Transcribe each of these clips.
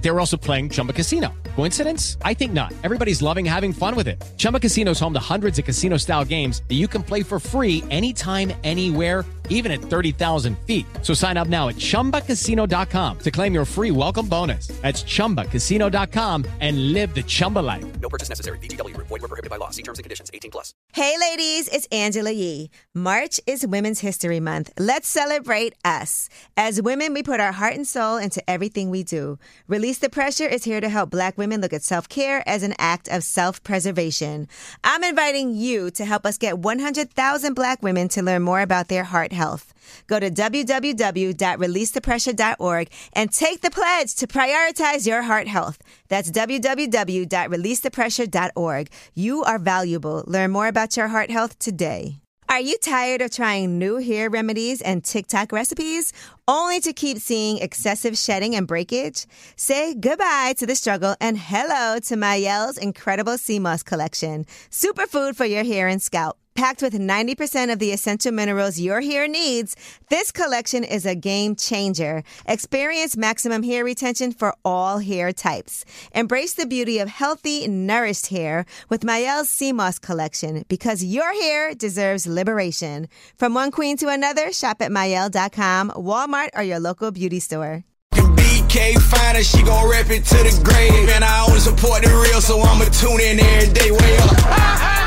They were also playing Chumba Casino. Coincidence? I think not. Everybody's loving having fun with it. Chumba Casino is home to hundreds of casino style games that you can play for free anytime, anywhere even at 30,000 feet. So sign up now at ChumbaCasino.com to claim your free welcome bonus. That's ChumbaCasino.com and live the Chumba life. No purchase necessary. BGW. Void were prohibited by law. See terms and conditions. 18 plus. Hey, ladies, it's Angela Yee. March is Women's History Month. Let's celebrate us. As women, we put our heart and soul into everything we do. Release the Pressure is here to help Black women look at self care as an act of self preservation. I'm inviting you to help us get 100,000 Black women to learn more about their heart health. Go to www.releasethepressure.org and take the pledge to prioritize your heart health. That's www.releasethepressure.org. You are valuable. Learn more about your heart health today. Are you tired of trying new hair remedies and TikTok recipes only to keep seeing excessive shedding and breakage? Say goodbye to the struggle and hello to Mayelle's incredible sea moss collection, superfood for your hair and scalp. Packed with 90% of the essential minerals your hair needs, this collection is a game changer. Experience maximum hair retention for all hair types. Embrace the beauty of healthy, nourished hair with Mayelle's Sea Moss collection because your hair deserves liberation. From one queen to another, shop at Mayelle.com, Walmart, or your local beauty store. BK finest, she gon' rap it to the grave. And I only support the real, so I'ma tune in every day. Way up.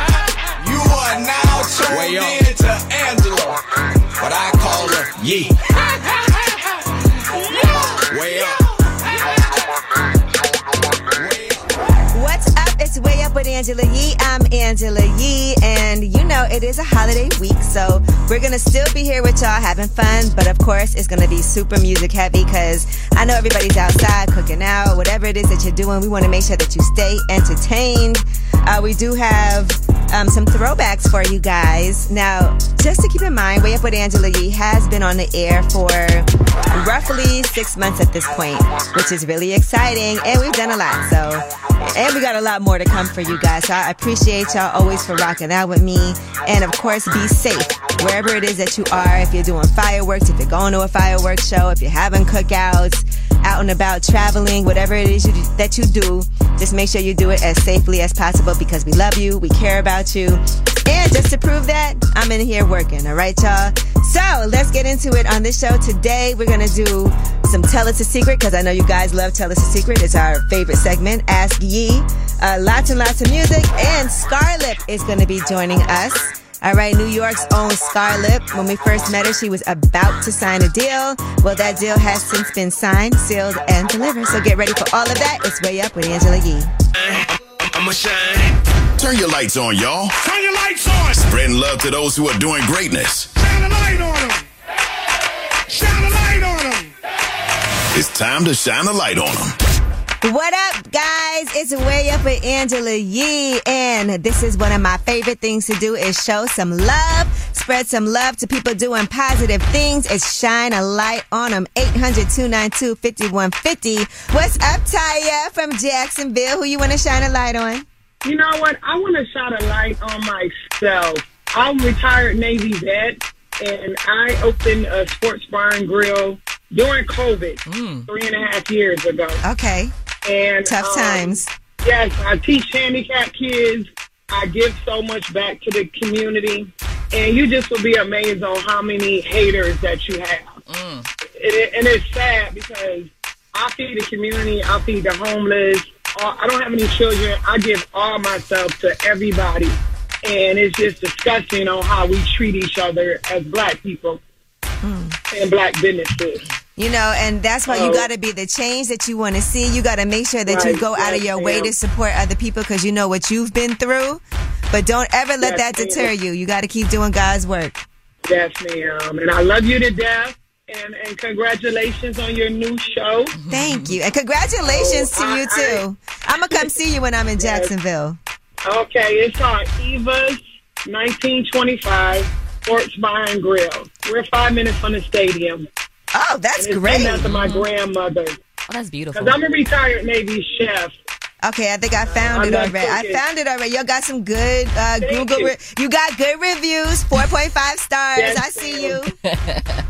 You are now turned in to Angela. What I call her Yee. Way up. What's up? It's Way Up with Angela Yee. I'm Angela Yee, and you know it is a holiday week, so we're gonna still be here with y'all having fun, but of course it's gonna be super music heavy because I know everybody's outside cooking out, whatever it is that you're doing, we wanna make sure that you stay entertained. Uh, we do have um, some throwbacks for you guys. Now, just to keep in mind, Way Up with Angela Yee has been on the air for roughly six months at this point, which is really exciting, and we've done a lot, so. And we got a lot more to come for you guys. So I appreciate y'all always for rocking out with me. And of course, be safe wherever it is that you are. If you're doing fireworks, if you're going to a fireworks show, if you're having cookouts, out and about traveling, whatever it is you, that you do, just make sure you do it as safely as possible because we love you, we care about you. And just to prove that, I'm in here working, all right, y'all? So let's get into it on this show. Today, we're going to do some Tell Us a Secret because I know you guys love Tell Us a Secret. It's our favorite segment, Ask Yee. Uh, lots and lots of music. And Scarlett is going to be joining us. All right, New York's own Scarlett. When we first met her, she was about to sign a deal. Well, that deal has since been signed, sealed, and delivered. So get ready for all of that. It's Way Up with Angela Yee. I'ma shine. Turn your lights on, y'all. Turn your lights on. Spreading love to those who are doing greatness. Shine a light on them. Shine a light on them. It's time to shine a light on them. What up, guys? It's Way Up with Angela Yee, and this is one of my favorite things to do is show some love, spread some love to people doing positive things, and shine a light on them. 800-292-5150. What's up, Taya from Jacksonville? Who you want to shine a light on? You know what? I want to shine a light on myself. I'm a retired Navy vet, and I opened a sports bar and grill during COVID three and a half years ago. Mm. Okay. And Tough um, times. Yes, I teach handicapped kids. I give so much back to the community, and you just will be amazed on how many haters that you have. Mm. And, it, and it's sad because I feed the community, I feed the homeless. All- I don't have any children. I give all myself to everybody, and it's just disgusting on how we treat each other as black people and black businesses. You know, and that's why you Oh. got to be the change that you want to see. You got to make sure that you Right. go out of Yes, your way ma'am. to support other people because you know what you've been through. But don't ever let Yes, that ma'am. deter you. You got to keep doing God's work. Yes, ma'am. And I love you to death. And, and congratulations on your new show. Thank you. And congratulations Oh, to you, I- too. I'm going to come see you when I'm in Jacksonville. Okay, it's on Eva's 1925 Sports Bar and Grill. We're five minutes from the stadium. Oh, that's And it's great. named after my grandmother. Oh, that's beautiful. Because I'm a retired Navy chef. Okay, I think I found I'm it not already. I cooking. found it already. Y'all got some good uh, Google. you. Re- you got good reviews. Four point five stars. Yes, I see you. ma'am.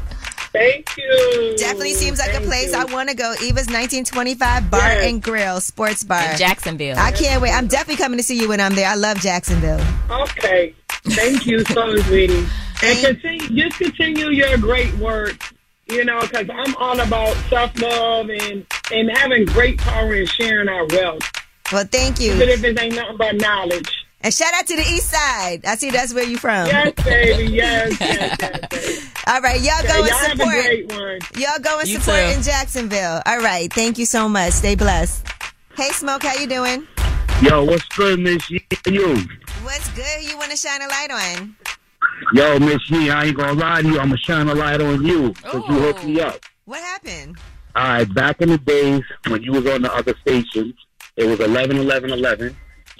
Thank you. Definitely seems like Thank a place you. I want to go. Eva's 1925 Bar Yes. and Grill Sports Bar. in Jacksonville. I can't wait. I'm definitely coming to see you when I'm there. I love Jacksonville. Okay. Thank you so sweetie. And continue, just continue your great work, you know, because I'm all about self love and, and having great power and sharing our wealth. Well, thank Even you. if it ain't nothing but knowledge. And shout out to the East Side. I see that's where you from. Yes, baby. Yes, yes, yes. yes. All right, y'all go Y'all and have a support. great one. Y'all go and You support too. in Jacksonville. All right, thank you so much. Stay blessed. Hey, Smoke, how you doing? Yo, what's good, Miss Yee? You? What's good? You want to shine a light on? Yo, Miss Yee, I ain't gonna lie to you. I'm gonna shine a light on you because you hooked Oh. me up. What happened? All right, back in the days when you was on the other station, it was 11, 11, 11,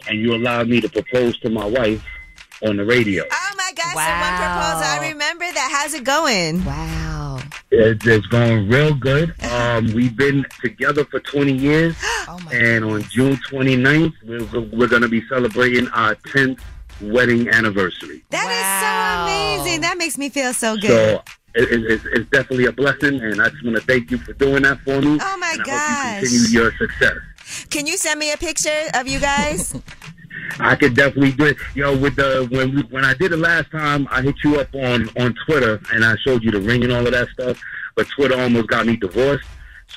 and you allowed me to propose to my wife on the radio. Oh Um. my God! Someone Wow. proposed. I remember that. How's it going? Wow. It, it's going real good. Um, we've been together for 20 years, Oh my. and on June 29th, we're, we're gonna be celebrating our 10th wedding anniversary. That is Wow. so amazing. That makes me feel so good. So it, it, it's- it's definitely a blessing, and I just want to thank you for doing that for me. Oh, my and I gosh. hope you continue your success. Can you send me a picture of you guys? I could definitely do it. Yo, with the when we, when I did it last time, I hit you up on on Twitter, and I showed you the ring and all of that stuff. But Twitter almost got me divorced.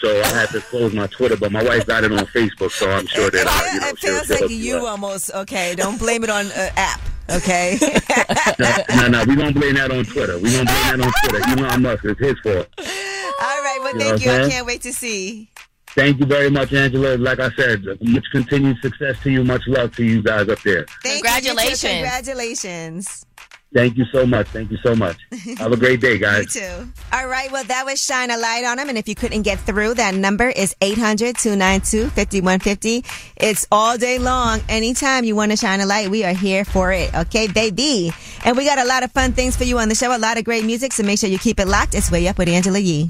So I had to close my Twitter, but my wife got it on Facebook, so I'm sure that I, you know, it feels she'll- she'll- like you almost okay. Don't blame it on uh, app. Okay. No, no, we gonna blame that on Twitter. We gonna blame that on Twitter. Elon Musk, it's his fault. All right. Well, You know thank what you. I'm I saying? can't wait to see. Thank you very much, Angela. Like I said, much continued success to you. Much love to you guys up there. Thank you. You too. Congratulations. Congratulations. Thank you so much. Thank you so much. Have a great day, You guys. too. All right. Well, that was Shine a Light on Him. And if you couldn't get through, that number is 800 292 5150. It's all day long. Anytime you want to shine a light, we are here for it. Okay, baby. And we got a lot of fun things for you on the show, a lot of great music. So make sure you keep it locked. It's Way Up with Angela Yee.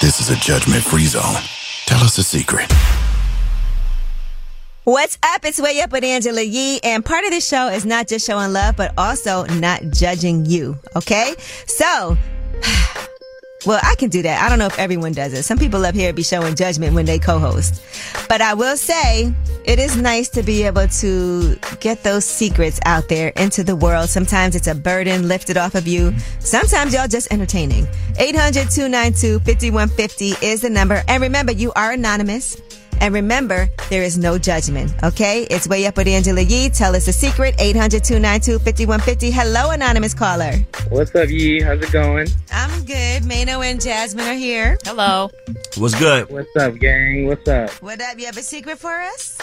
This is a judgment free zone. Tell us a secret. What's up? It's Way Up with Angela Yee. And part of the show is not just showing love, but also not judging you. Okay? So, well, I can do that. I don't know if everyone does it. Some people up here be showing judgment when they co host. But I will say, it is nice to be able to get those secrets out there into the world. Sometimes it's a burden lifted off of you. Sometimes y'all just entertaining. 800 292 5150 is the number. And remember, you are anonymous. And remember, there is no judgment, okay? It's Way Up with Angela Yee. Tell us a secret, 800 292 5150. Hello, anonymous caller. What's up, Yee? How's it going? I'm good. Mano and Jasmine are here. Hello. What's good? What's up, gang? What's up? What up? You have a secret for us?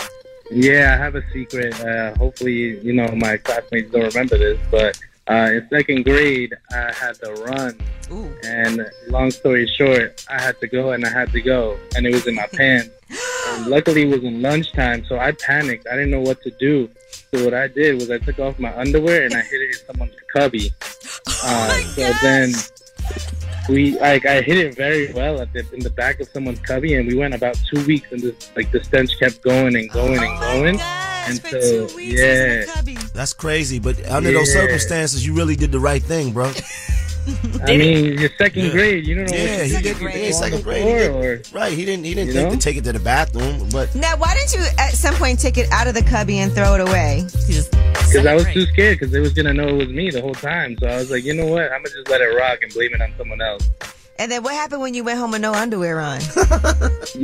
Yeah, I have a secret. Uh, hopefully, you know, my classmates don't remember this, but uh, in second grade, I had to run. Ooh. And long story short, I had to go and I had to go, and it was in my pants. And luckily, it was in lunchtime, so I panicked. I didn't know what to do. So what I did was I took off my underwear and I hid it in someone's cubby. Uh, so then we like I hid it very well at the, in the back of someone's cubby, and we went about two weeks, and this like the stench kept going and going and going. gosh, and Oh for so, two weeks it was in the yeah. cubby. That's crazy, but under those Yeah. circumstances, you really did the right thing, bro. I mean, you're second Yeah. grade. You don't know. Yeah, what he did. to do. He grade. did Go on second the grade. He floor did- or- right. He didn't. He didn't You think know? to take it to the bathroom, but Now, why didn't you at some point take it out of the cubby and throw it away? Because I was too scared because they was gonna know it was me the whole time. So I was like, you know what? I'm gonna just let it rock and blame it on someone else. And then what happened when you went home with no underwear on?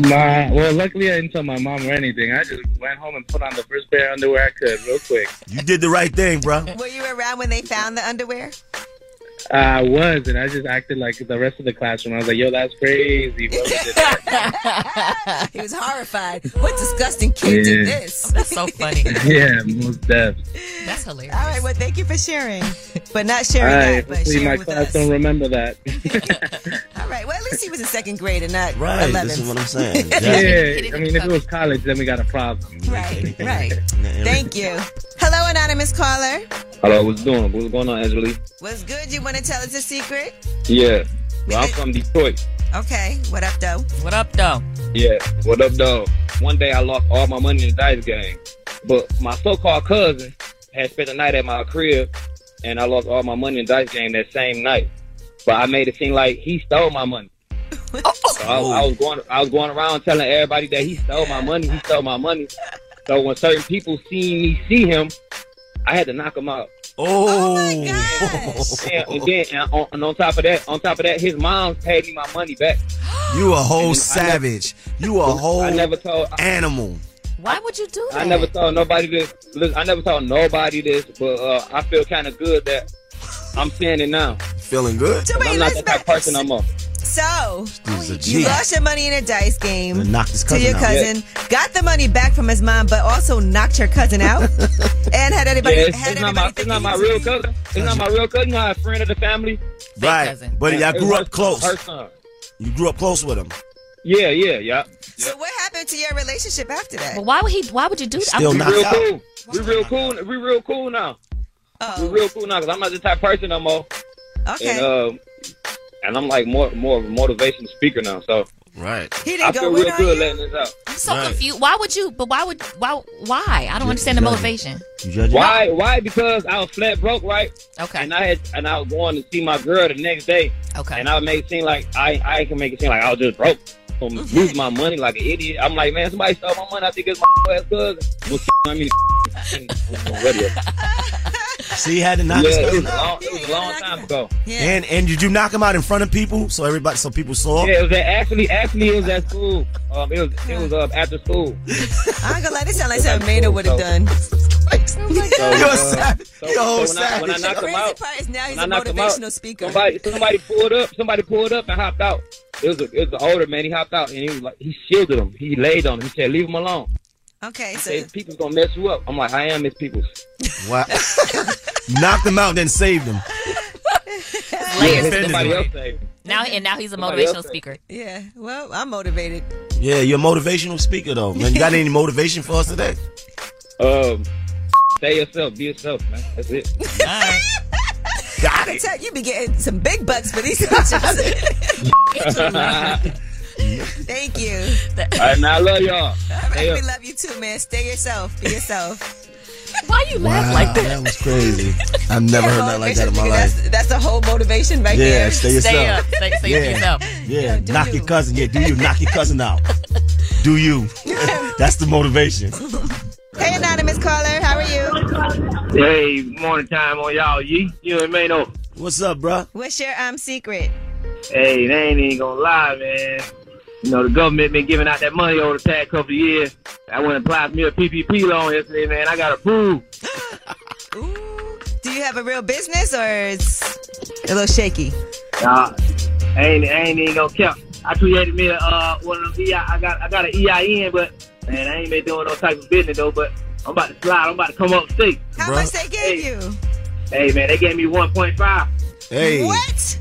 My well, luckily I didn't tell my mom or anything. I just went home and put on the first pair of underwear I could real quick. you did the right thing, bro. Were you around when they found the underwear? Uh, I was, and I just acted like the rest of the classroom. I was like, yo, that's crazy. Whoever did that. He was horrified. What disgusting kid did Yeah. this? That's so funny. yeah, most def. That's hilarious. All right, well, thank you for sharing. But not sharing All that, right, but hopefully my sharing with class us. don't remember that. All right, well, at least he was in second grade and not Right. This is 11th. what I'm saying. yeah, I mean, if it was college, then we got a problem. Right, right. Thank you. Hello, anonymous caller. Hello, what's doing? What's going on, Angela? What's good? You want to tell us a secret? Yeah, Well, I'm from Detroit. Okay, what up, though? What up, though? Yeah, what up, dog? One day I lost all my money in the dice game, but my so-called cousin had spent the night at my crib, and I lost all my money in the dice game that same night. But I made it seem like he stole my money. So I, I was going, I was going around telling everybody that he stole my money. He stole my money. So when certain people seen me see him, I had to knock him out. Oh, and, and then and on, and on top of that, on top of that, his mom paid me my money back. You a whole And I never- savage. you a Oh. whole I never told animal. Why would you do that? I never told nobody this. Listen, I never told nobody this, but uh, I feel kind of good that I'm saying it now. Feeling good? And I'm not that type of person I'm a. So He's a you G. lost your money in a dice game. And knocked his To cousin your out. cousin, got the money back from his mom, but also knocked your cousin out, and had Yeah, anybody it's, had it's not my, everybody it's not my real cousin. It's not my real cousin. Not a friend of the family. Right. But Yeah, y'all it grew was up close. Her son. You grew up close with him. Yeah, yeah, yeah. So what happened to your relationship after that? But why would he? Why would you do that? Still we knocked real out. cool. We real cool. We real cool now. We real cool now because I'm not the type of person no more. Oh. Okay. And, um, and I'm like more more of a motivation speaker now. So right. He I didn't go feel in real on good you? letting this out. I'm so confused. Why would you? But why would? Why? Why? I don't understand the judging. motivation. Why? Why? Because I was flat broke, right? Okay. And I had and I was going to see my girl the next day. Okay. And I would make it seem like I I can make it seem like I was just broke. From losing my money like an idiot. I'm like, man, somebody stole my money. I think it's my ass cousin. Well, I mean, on the radio. See, he had to knock yeah, his it cousin was, a long, it was a long time ago. And and did you knock him out in front of people so everybody so people saw? Yeah, it was at, actually actually it was at school. Um, it was it was uh, after school. I'm gonna lie, this sound like something Maida would have done. You're a savage. So, You're a whole when I- when I savage. knocked him crazy out- part is now he's when I a knocked him out, motivational speaker. Somebody, somebody pulled up. Somebody pulled up and hopped out. It was, a, it was an older man. He hopped out and he was like, he shielded him. He laid on him. He said, "Leave him alone." Okay, He said, "People's gonna mess you up." I'm like, "I am Miss Peoples." Wow. Knocked him out, then saved him. Yeah, defended somebody him. else saved him. Now and now he's a Somebody motivational else- speaker. Yeah, well, I'm motivated. Yeah, you're a motivational speaker though. Man, you got any motivation for us today? Um, stay yourself. Be yourself, man. That's it. I can tell you be getting some big bucks for these pictures. All right, Thank you. man. I love y'all. All Stay right, up. we love you too, man. Stay yourself. Be yourself. Why you Wow, that was crazy. I've never heard that like that in my life. That's, that's the whole motivation right yeah, there. stay yourself. yeah. Yeah, do knock you. your cousin. Yeah, do you knock your cousin out? Do you? That's the motivation. Oh, Hey, anonymous caller, how are you? Hey, morning time on y'all. You, you and Mano. What's up, bro? What's your um secret? Hey, they ain't even gonna lie, man. You know, the government been giving out that money over the past couple of years. I went and applied for me a PPP loan yesterday, man. I got approved. Do you have a real business or it's a little shaky? Nah, I ain't, I ain't even gonna count. I created me a, uh, one of them EI, I got, I got an EIN, but, man, I ain't been doing no type of business, though, but I'm about to slide. I'm about to come up state. How much they gave you? Hey, man, they gave me 1.5. Hey. What?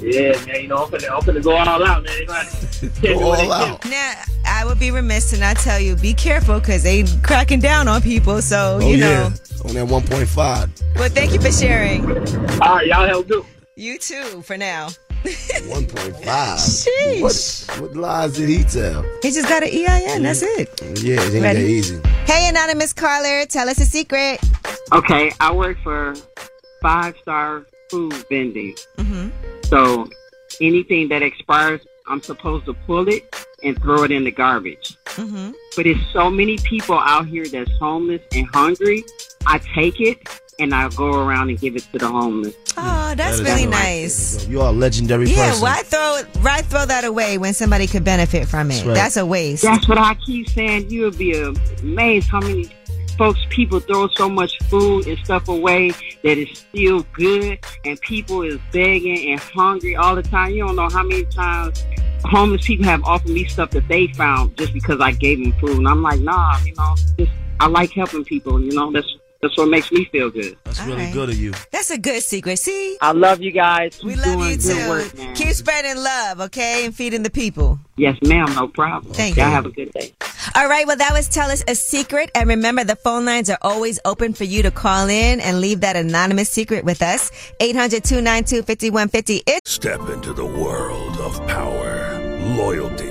Yeah, man, you know, I'm finna, I'm finna go all out, man. They gonna have to Go all out. Now, I would be remiss to not tell you be careful because they cracking down on people. So Oh you yeah, know. on that 1.5. Well, thank you for sharing. All right, y'all have a good. You too, for now. 1.5. What, what lies did he tell? He just got an EIN. That's it. Yeah, it ain't that Ready? easy. Hey, anonymous caller, tell us a secret. Okay, I work for five star food vending. Mm-hmm. So anything that expires, I'm supposed to pull it and throw it in the garbage. Mm-hmm. But it's so many people out here that's homeless and hungry. I take it and I go around and give it to the homeless. Oh, that's That is really right. nice. You are a legendary Yeah, person. why throw it? Why throw that away when somebody could benefit from it? That's, That's right. a waste. That's what I keep saying. You'll be amazed how many folks, people throw so much food and stuff away that is still good, and people is begging and hungry all the time. You don't know how many times homeless people have offered me stuff that they found just because I gave them food, and I'm like, nah, you know, just, I like helping people. You know, that's that's what makes me feel good. That's really right. good of you. That's a good secret. See, I love you guys. we love you Uh, good too. work, man. Keep spreading love, okay, and feeding the people. Yes, ma'am. No problem. Thank Y'all you. have a good day. All right, well, that was Tell Us a Secret. And remember, the phone lines are always open for you to call in and leave that anonymous secret with us. 800 292 5150. Step into the world of power, loyalty,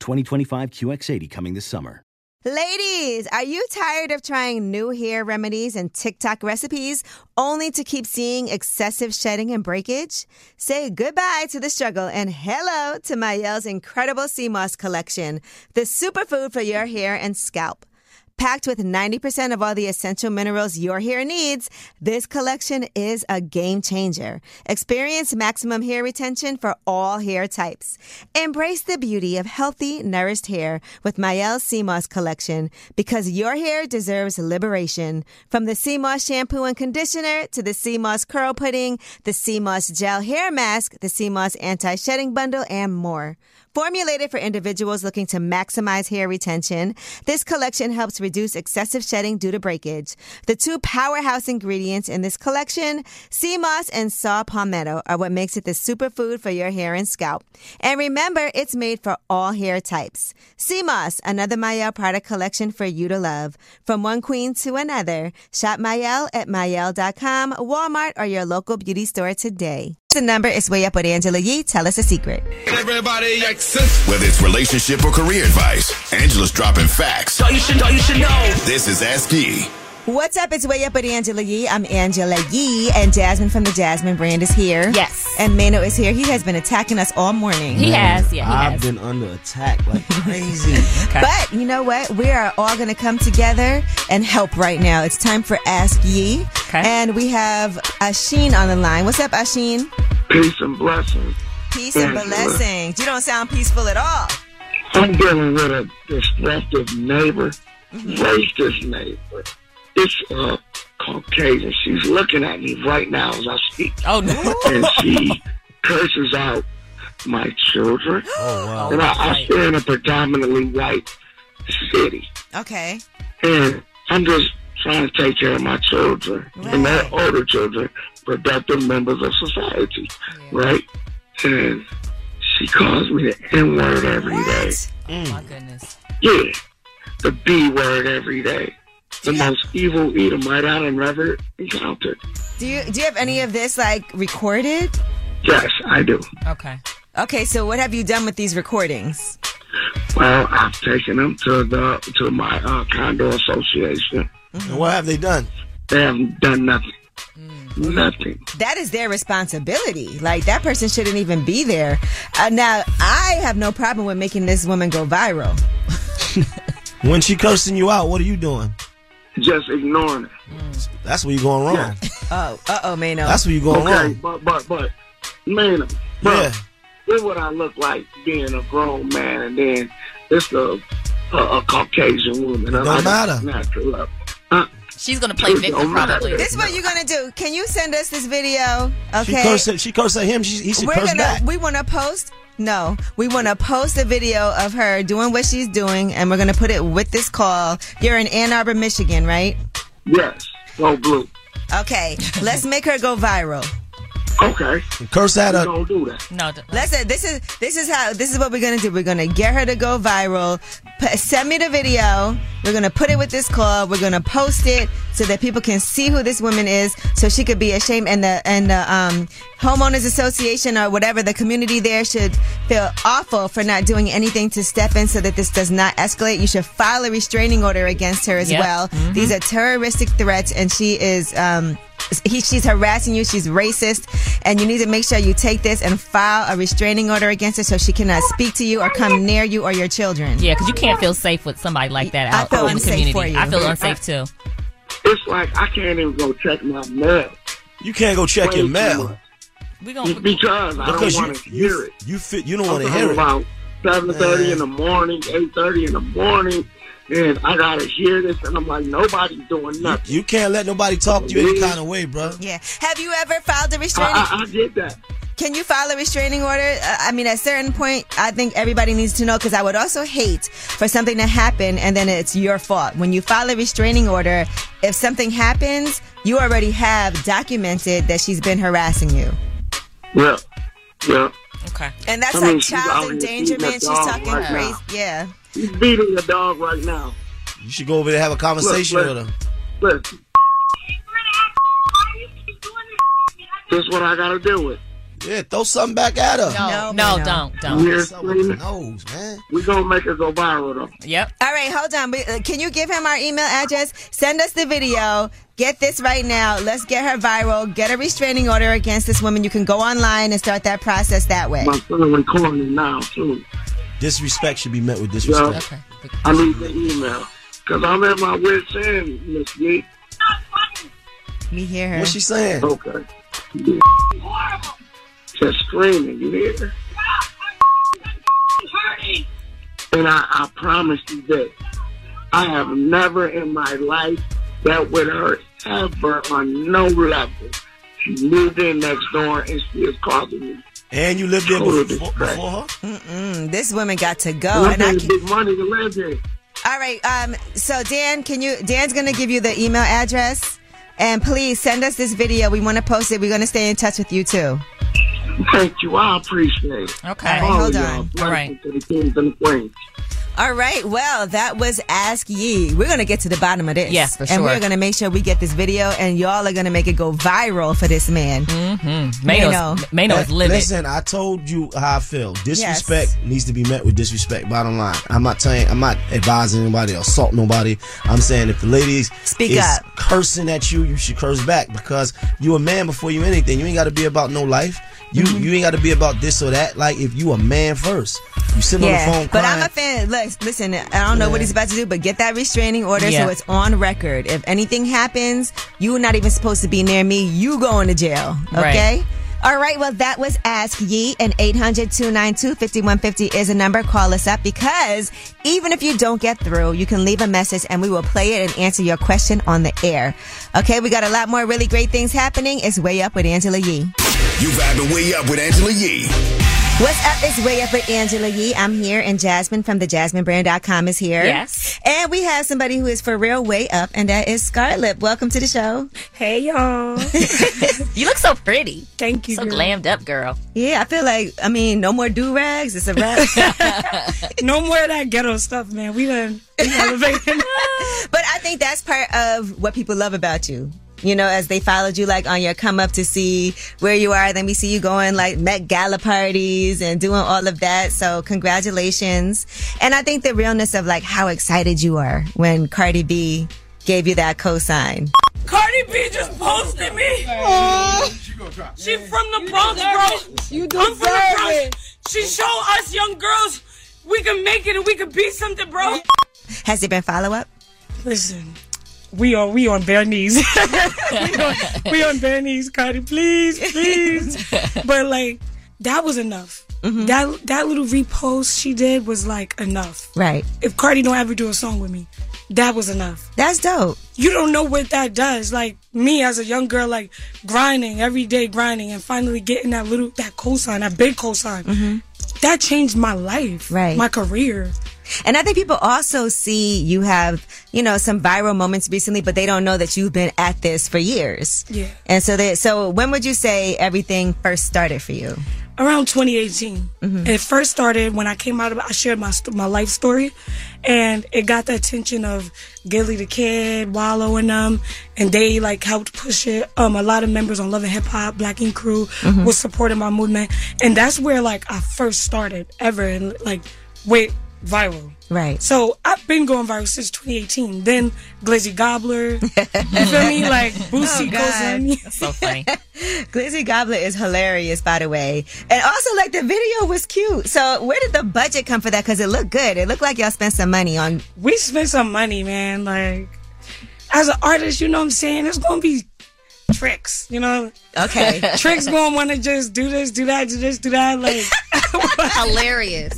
2025 QX80 coming this summer. Ladies, are you tired of trying new hair remedies and TikTok recipes only to keep seeing excessive shedding and breakage? Say goodbye to the struggle and hello to Mayelle's incredible sea moss collection, the superfood for your hair and scalp. Packed with 90% of all the essential minerals your hair needs, this collection is a game changer. Experience maximum hair retention for all hair types. Embrace the beauty of healthy, nourished hair with Mayel CMOS collection because your hair deserves liberation. From the CMOS shampoo and conditioner to the CMOS curl pudding, the CMOS gel hair mask, the CMOS anti shedding bundle, and more. Formulated for individuals looking to maximize hair retention, this collection helps reduce excessive shedding due to breakage. The two powerhouse ingredients in this collection, sea moss and saw palmetto, are what makes it the superfood for your hair and scalp. And remember, it's made for all hair types. Sea moss, another Mayel product collection for you to love. From one queen to another, shop Mayel at Mayel.com, Walmart, or your local beauty store today. The number is way up with Angela Yee. Tell us a secret. Everybody access. Whether it's relationship or career advice, Angela's dropping facts. Thought you should- thought you should know. This is Ask Yee. What's up? It's Way Up with Angela Yee. I'm Angela Yee, and Jasmine from the Jasmine brand is here. Yes. And Mano is here. He has been attacking us all morning. He has, yeah, he I've has. been under attack like crazy. But you know what? We are all going to come together and help right now. It's time for Ask Yee. Okay. And we have Asheen on the line. What's up, Asheen? Peace and blessings. Peace and Angela. blessings. You don't sound peaceful at all. I'm dealing with a disruptive neighbor, Mm-hmm. racist neighbor. It's uh, Caucasian. She's looking at me right now as I speak. Oh, no. And she curses out my children. Oh, wow. And I, I stay in a predominantly white city. Okay. And I'm just trying to take care of my children and their older children, productive members of society, right? And she calls me the N word every day. Mm. Oh, my goodness. Yeah, the B word every day. The most evil Edomite I've ever encountered. Do you do you have any of this like recorded? Yes, I do. Okay. Okay, so what have you done with these recordings? Well, I've taken them to the to my uh, condo association. And what have they done? They haven't done nothing. Nothing. That is their responsibility. Like that person shouldn't even be there. Uh, now, I have no problem with making this woman go viral. When she cursing you out, what are you doing? Just ignoring it. That's where you're going wrong. Oh, uh oh, Mano. That's where you're going okay, wrong. But but but man, bro, this what I look like being a grown man, and then it's a a, a Caucasian woman. It don't I, matter. Natural. She's going to play Oh, victim, probably. This is what you're gonna do. Can you send us this video? Okay. She cursed at, she cursed at him. She, he should We're curse gonna back. we wanna post no, we want to post a video of her doing what she's doing, and we're going to put it with this call. You're in Ann Arbor, Michigan, right? Yes. Go blue. Okay, let's make her go viral. Okay. Curse at her. Don't do that. No. Listen, this is this is how this is what we're gonna do. We're gonna get her to go viral. P- send me the video. We're gonna put it with this club. We're gonna post it so that people can see who this woman is, so she could be ashamed. And the and the um, homeowners association or whatever the community there should feel awful for not doing anything to step in so that this does not escalate. You should file a restraining order against her as Yep. well. These are terroristic threats, and she is. Um, he, she's harassing you. She's racist, and you need to make sure you take this and file a restraining order against her so she cannot speak to you or come near you or your children. Yeah, because you can't feel safe with somebody like that out feel in the unsafe community. for you. I feel unsafe too. It's like I can't even go check my mail. You can't go check your mail. We gonna because I Because don't you- want to hear it. You fit. You don't I'm want to talking hear it. about seven thirty in the morning, eight thirty in the morning, and I gotta hear this, and I'm like, nobody's doing You, nothing. you can't let nobody talk to you any kind of way, bro. Yeah. Have you ever filed a restraining? I, I, uh. I get that. Can you file a restraining order? Uh, I mean, at a certain point, I think everybody needs to know because I would also hate for something to happen and then it's your fault. When you file a restraining order, if something happens, you already have documented that she's been harassing you. Yeah, yeah. Okay. And that's I mean, like she's child out here endangerment. feeding She's a dog talking right crazy. now. Yeah. He's beating the dog right now. You should go over there and have a conversation Look, with look. her. Look. This is what I gotta deal with. Yeah, throw something back at her. No, No, no, don't, don't. don't. We're Someone knows, man. We gonna make her go viral though. Yep. All right, hold on. We- uh, Can you give him our email address? Send us the video. Get this right now. Let's get her viral. Get a restraining order against this woman. You can go online and start that process that way. My son recording it now too. Disrespect should be met with disrespect. Yeah. I need the email because I'm at my wit's end, Miss Nick. Me hear her. What's she saying? Okay. Just screaming, you hear? And I, I promise you this. I have never in my life dealt with her ever on no level. She moved in next door and she is causing me. And you lived there Total before, disrespect. before her? Mm-mm, this woman got to go. And I'm Oh, And I paying can- big money to live here. all right. Um, so Dan, can you? Dan's gonna give you the email address, and please send us this video. We want to post it. We're gonna stay in touch with you too. Thank you. I appreciate it. Okay. All right, hold y'all. on. Blessings To the kings and the queens. All right. Well, that was Ask Yee. We're gonna get to the bottom of this. Yes, for And sure. we're gonna make sure we get this video, and y'all are gonna make it go viral for this man. Mm-hmm. Mano's, Mano is Hey, livid. Listen, I told you how I feel. Yes. Disrespect needs to be met with disrespect. Bottom line, I'm not saying I'm not advising anybody, or assault nobody. I'm saying if the ladies Speak is up. cursing at you, you should curse back because you a man before you anything. You ain't got to be about no life. You Mm-hmm. you ain't got to be about this or that. Like if you a man first, you sitting on the phone But crying. I'm a fan. Look, listen, I don't know what Yeah. he's about to do, but get that restraining order Yeah. so it's on record. If anything happens, you're not even supposed to be near me. You going to jail. Right. Okay? All right, well, that was Ask Ye, and 800 292 5150 is a number. Call us up because even if you don't get through, you can leave a message and we will play it and answer your question on the air. Okay, we got a lot more really great things happening. It's Way Up with Angela Yee. You vibing way up with Angela Yee. What's up? It's way up with Angela Yee. I'm here, and Jasmine from the JasmineBrand.com is here. Yes. And we have somebody who is for real way up, and that is Scarlett. Welcome to the show. Hey, y'all. you look so pretty. Thank you. So girl. glammed up, girl. Yeah, I feel like, I mean, no more do rags. It's a wrap. no more of that ghetto stuff, man. We done. We elevated. but I think that's part of what people love about you. You know, as they followed you like on your come up to see where you are, then we see you going like Met Gala parties and doing all of that. So congratulations. And I think the realness of like how excited you are when Cardi B gave you that cosign. Cardi B just posted me. She from the Bronx, bro. You do I'm from the Bronx. She showed us young girls we can make it and we can be something, bro. Has there been follow up? Listen, we on we on bare knees. we, on, we on bare knees, Cardi. Please, please. But like that was enough. That that little repost she did was like enough. Right. If Cardi don't ever do a song with me, that was enough. That's dope. You don't know what that does. Like me as a young girl, like grinding every day, grinding, and finally getting that Mm-hmm. little that cosign, that big cosign. That changed my life, Right. my career. And I think people also see you have, you know, some viral moments recently, but they don't know that you've been at this for years. Yeah. And so they, so when would you say everything first started for you? around 2018. It first started when I came out. Of, I shared my st- my life story, and it got the attention of Gilly the Kid, Wallow, and them, and they like helped push it. Um, a lot of members on Love and Hip Hop, Black Ink Crew, Mhm. was supporting my movement, and that's where like I first started ever, and like went viral. Right. So I've been going viral since 2018. Then Glizzy Gobbler, you feel me? Like Boosie goes in. so funny. Glizzy Goblet is hilarious, by the way. And also, like, the video was cute. So, where did the budget come for that? Because it looked good. It looked like y'all spent some money on. We spent some money, man. Like, as an artist, you know what I'm saying? There's gonna be tricks, you know? Okay. tricks gonna wanna just do this, do that, do this, do that. Like, hilarious.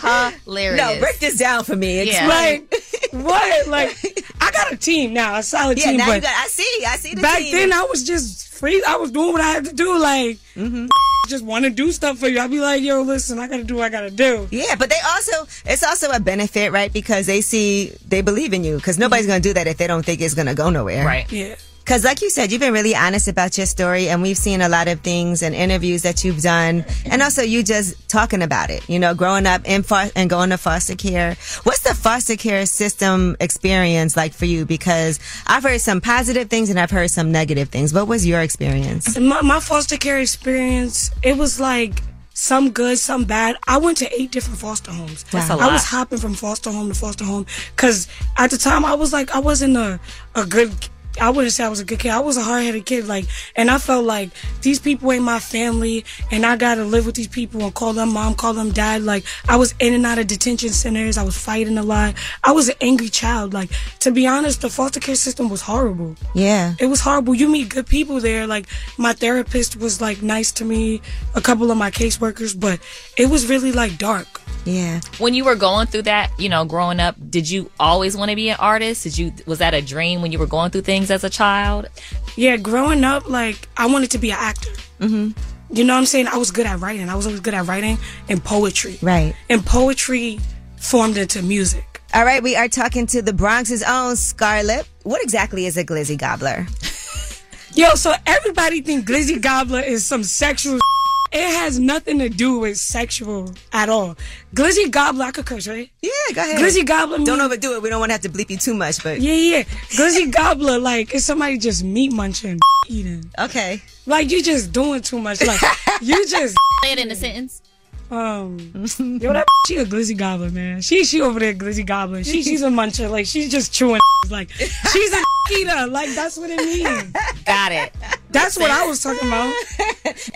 Hilarious. No, break this down for me. Yeah. Like, what? Like, I got a team now, a solid Yeah, team. now you but got- I see, I see the Back team. then, I was just free. I was doing what I had to do. Like, Mm-hmm. just wanna do stuff for you. I'd be like, yo, listen, I gotta do what I gotta do. Yeah, but they also, it's also a benefit, right? Because they see, they believe in you. Because nobody's going to do that if they don't think it's going to go nowhere. Yeah. Because, like you said, you've been really honest about your story, and we've seen a lot of things and interviews that you've done, and also you just talking about it. You know, growing up in fo- and going to foster care. What's the foster care system experience like for you? Because I've heard some positive things and I've heard some negative things. What was your experience? My, my foster care experience, it was like some good, some bad. I went to eight different foster homes. That's a I lot. was hopping from foster home to foster home because at the time I was like, I wasn't a, a good. I wouldn't say I was a good kid. I was a hard headed kid, like, and I felt like these people ain't my family, and I gotta live with these people and call them mom, call them dad. Like, I was in and out of detention centers. I was fighting a lot. I was an angry child. Like, to be honest, the foster care system was horrible. Yeah. It was horrible. You meet good people there. Like my therapist was like nice to me, a couple of my caseworkers, but it was really like dark. Yeah. When you were going through that, you know, growing up, did you always want to be an artist? Did you was that a dream when you were going through things as a child? Yeah, growing up, like I wanted to be an actor. Mm-hmm. You know what I'm saying? I was good at writing. I was always good at writing and poetry. Right. And poetry formed into music. All right, we are talking to the Bronx's own Scarlett. What exactly is a glizzy gobbler? Yo, so everybody think Glizzy Gobbler is some sexual. It has nothing to do with sexual at all. Glizzy Gobbler, I could curse, right? Yeah, go ahead. Glizzy Gobbler. Don't overdo it. We don't want to have to bleep you too much, but Yeah, yeah. Glizzy Gobbler, like, is somebody just meat munching, eating. Okay. Like, you just doing too much. Like, you just. Say it in a sentence. Um, yo, that she a glizzy gobbler, man. She she over there glizzy gobbler. She she's a muncher, like she's just chewing. Like she's a eater, like that's what it means. Got it. That's what I was talking about.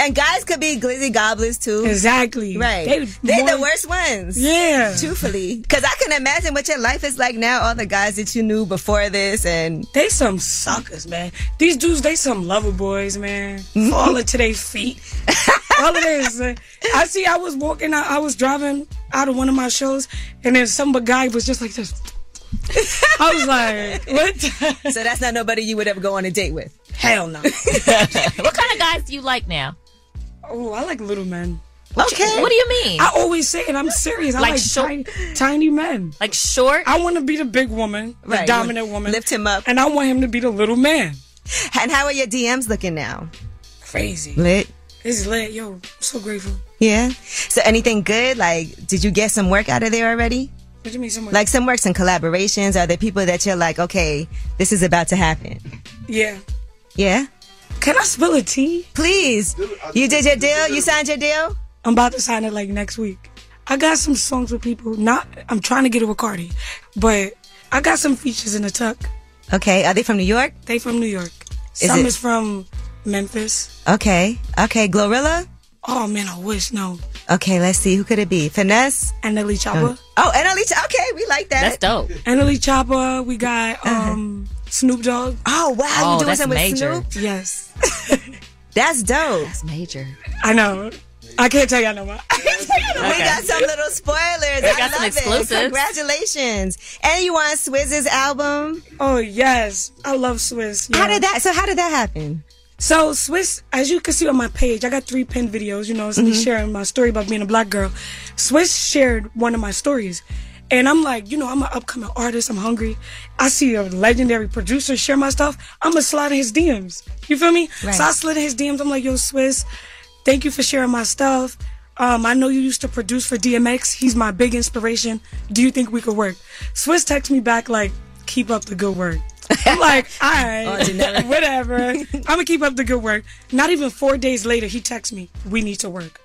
and guys could be glizzy gobblers too. Exactly. Right. They They, are the more- worst ones. Yeah. Truthfully. Because I can imagine what your life is like now, all the guys that you knew before this and They some suckers, man. These dudes, they some lover boys, man. Falling to their feet. All of this. uh, I see, I was walking out, I was driving out of one of my shows, and then some guy was just like this. I was like, what? so that's not nobody you would ever go on a date with. Hell no. what kind of guys do you like now? Oh, I like little men. Okay. What do you mean? I always say, and I'm serious. I Like like, short- tiny, tiny men. Like short? I want to be the big woman, the Right. dominant woman. Lift him up. And I want him to be the little man. And how are your DMs looking now? Crazy. Lit. It's lit. Yo, I'm so grateful. Yeah. So anything good? Like, did you get some work out of there already? What do you mean someone? Like some works and collaborations? Are there people that you're like, okay, this is about to happen? Yeah. Yeah. Can I spill a tea? Please. You did your deal? You signed your deal? I'm about to sign it like next week. I got some songs with people. Not I'm trying to get it with Cardi, but I got some features in the tuck. Okay. Are they from New York? They from New York. Is some it- is from Memphis. Okay. Okay. Glorilla? Oh man, I wish no. Okay, let's see. Who could it be? Finesse? Anneli Choppa. Oh, Annalisa. Okay, we like that. Uh-huh. That's dope. Anneli Choppa. We got um Snoop Dogg. Oh you wow, Oh, doing that's something with major. Snoop? Yes, that's dope. That's major. I know. I can't tell y'all no more. We got some little spoilers. I got some love it. exclusives. Congratulations. And you want Swizz's album? Oh yes, I love Swiss. How did that? So how did that happen? So Swiss, as you can see on my page, I got three pinned videos. You know, it's me Mhm. sharing my story about being a black girl. Swiss shared one of my stories, And I'm like, you know, I'm an upcoming artist. I'm hungry. I see a legendary producer share my stuff. I'm going to slide in his DMs. You feel me? Right. So I slid in his DMs. I'm like, yo, Swiss, thank you for sharing my stuff. Um, I know you used to produce for DMX. He's my big inspiration. Do you think we could work? Swiss texts me back like, keep up the good work. I'm like, all right, whatever. I'm gonna keep up the good work. Not even four days later, he texts me, "We need to work."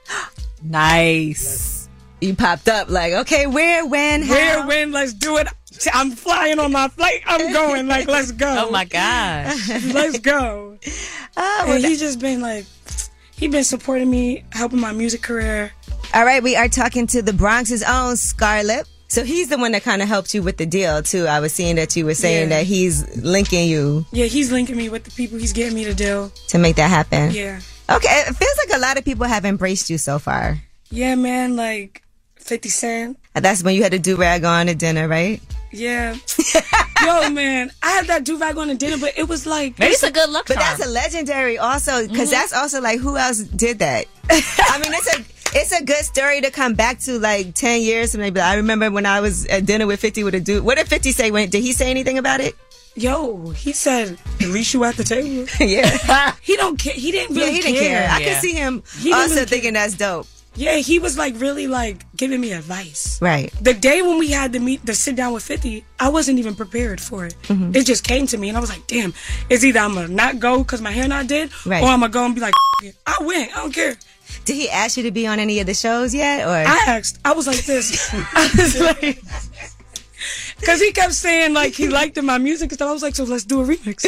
Nice. You popped up like, okay, where, when, how? Where, when? Let's do it. I'm flying on my flight. I'm going. Like, let's go. Oh my gosh. let's go. Oh, well, and that- he's just been like, he been supporting me, helping my music career. All right, we are talking to the Bronx's own Scarlett. So he's the one that kind of helped you with the deal too. I was seeing that you were saying Yeah. that he's linking you Yeah, he's linking me with the people. He's getting me to deal. to make that happen. Yeah. Okay, it feels like a lot of people have embraced you so far. Yeah, man. Like, Fifty Cent. That's when you had to do rag on at dinner, right? Yeah. Yo, man, I had that do rag on a dinner, but it was like But that's a legendary also because Mhm. that's also like who else did that? I mean, it's a it's a good story to come back to like ten years from now. But I remember when I was at dinner with Fifty with a dude. What did Fifty say? When did he say anything about it? Yo, he said, "At least you at the table." yeah, he don't care. He didn't really yeah, he didn't care. I can see him uh, He didn't also really thinking that's dope. Yeah, he was like really like giving me advice. Right. The day when we had the meet, the sit down with Fifty, I wasn't even prepared for it. Mhm. It just came to me, and I was like, "Damn, it's either I'm gonna not go because my hair not did, Right. or I'm gonna go and be like, "F- it. I went. I don't care." Did he ask you to be on any of the shows yet? Or I asked. I was like this. I was like, because he kept saying like he liked my music and stuff. I was like, so let's do a remix.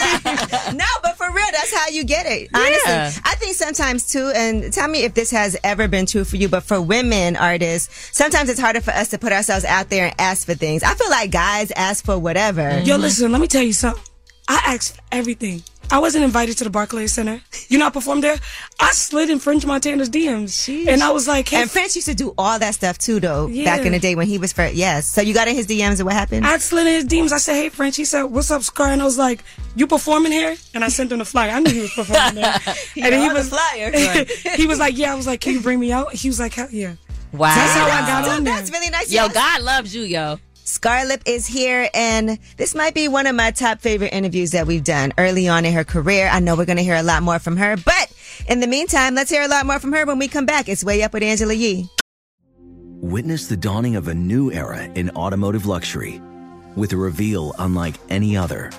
no, but for real, that's how you get it. Yeah. Honestly, I think sometimes too, and tell me if this has ever been true for you, but for women artists, sometimes it's harder for us to put ourselves out there and ask for things. I feel like guys ask for whatever. Yo, listen, let me tell you something. I asked for everything. I wasn't invited to the Barclays Center. You know, I performed there. I slid in French Montana's DMs, and I was like, hey, and French used to do all that stuff too, though, back Yeah. in the day when he was first. Yes. So you got in his DMs and what happened? I slid in his DMs. I said, "Hey, French." He said, "What's up, Scar?" And I was like, "You performing here?" And I sent him the flyer. I knew he was performing there. He and got on the flyer. he was like, "Yeah." I was like, "Can you bring me out?" He was like, "Hell yeah." Wow. That's how I got on there. That's really nice. Yo, Yes. God loves you, yo. Scarlett is here, and this might be one of my top favorite interviews that we've done early on in her career. I know we're going to hear a lot more from her, but in the meantime, let's hear a lot more from her when we come back. It's Way Up with Angela Yee. Witness the dawning of a new era in automotive luxury with a reveal unlike any other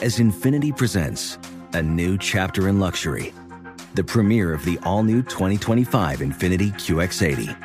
as Infinity presents a new chapter in luxury, the premiere of the all new 2025 Infinity QX80.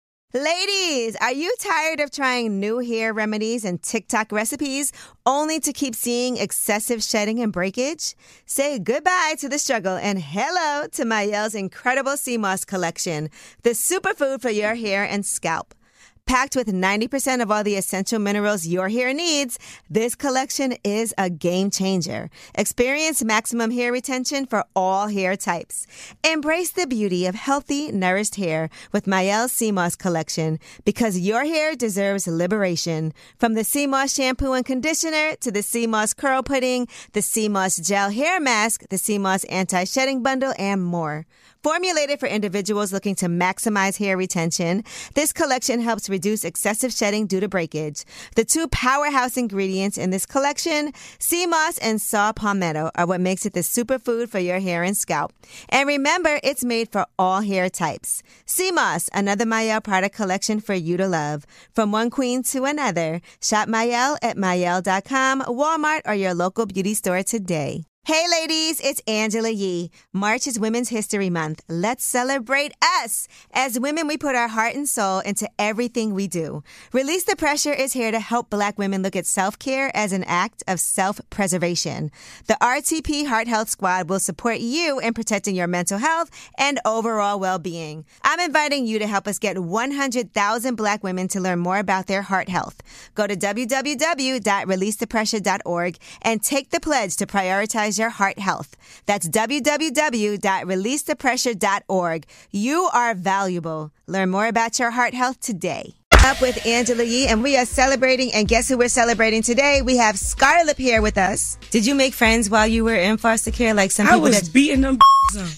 Ladies, are you tired of trying new hair remedies and TikTok recipes only to keep seeing excessive shedding and breakage? Say goodbye to the struggle and hello to Mayelle's incredible sea moss collection, the superfood for your hair and scalp. Packed with 90% of all the essential minerals your hair needs, this collection is a game changer. Experience maximum hair retention for all hair types. Embrace the beauty of healthy, nourished hair with Mayel CMOS collection because your hair deserves liberation. From the CMOS shampoo and conditioner to the CMOS curl pudding, the CMOS gel hair mask, the CMOS anti shedding bundle, and more. Formulated for individuals looking to maximize hair retention, this collection helps reduce excessive shedding due to breakage. The two powerhouse ingredients in this collection, sea moss and saw palmetto, are what makes it the superfood for your hair and scalp. And remember, it's made for all hair types. Sea moss, another Mayel product collection for you to love. From one queen to another, shop Mayel at Mayel.com, Walmart, or your local beauty store today. Hey, ladies, it's Angela Yee. March is Women's History Month. Let's celebrate us. As women, we put our heart and soul into everything we do. Release the Pressure is here to help Black women look at self care as an act of self preservation. The RTP Heart Health Squad will support you in protecting your mental health and overall well being. I'm inviting you to help us get 100,000 Black women to learn more about their heart health. Go to www.releasethepressure.org and take the pledge to prioritize your heart health. That's www.releasethepressure.org. You are valuable. Learn more about your heart health today. Up with Angela Yee, and we are celebrating. And guess who we're celebrating today? We have Scarlett here with us. Did you make friends while you were in foster care? Like some I people was that beating them up.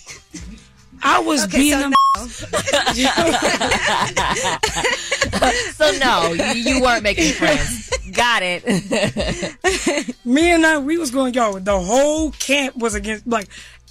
I was Okay, beating so them. so no, you, you weren't making friends. Got it. Me and I, we was going y'all. The whole camp was against. Like,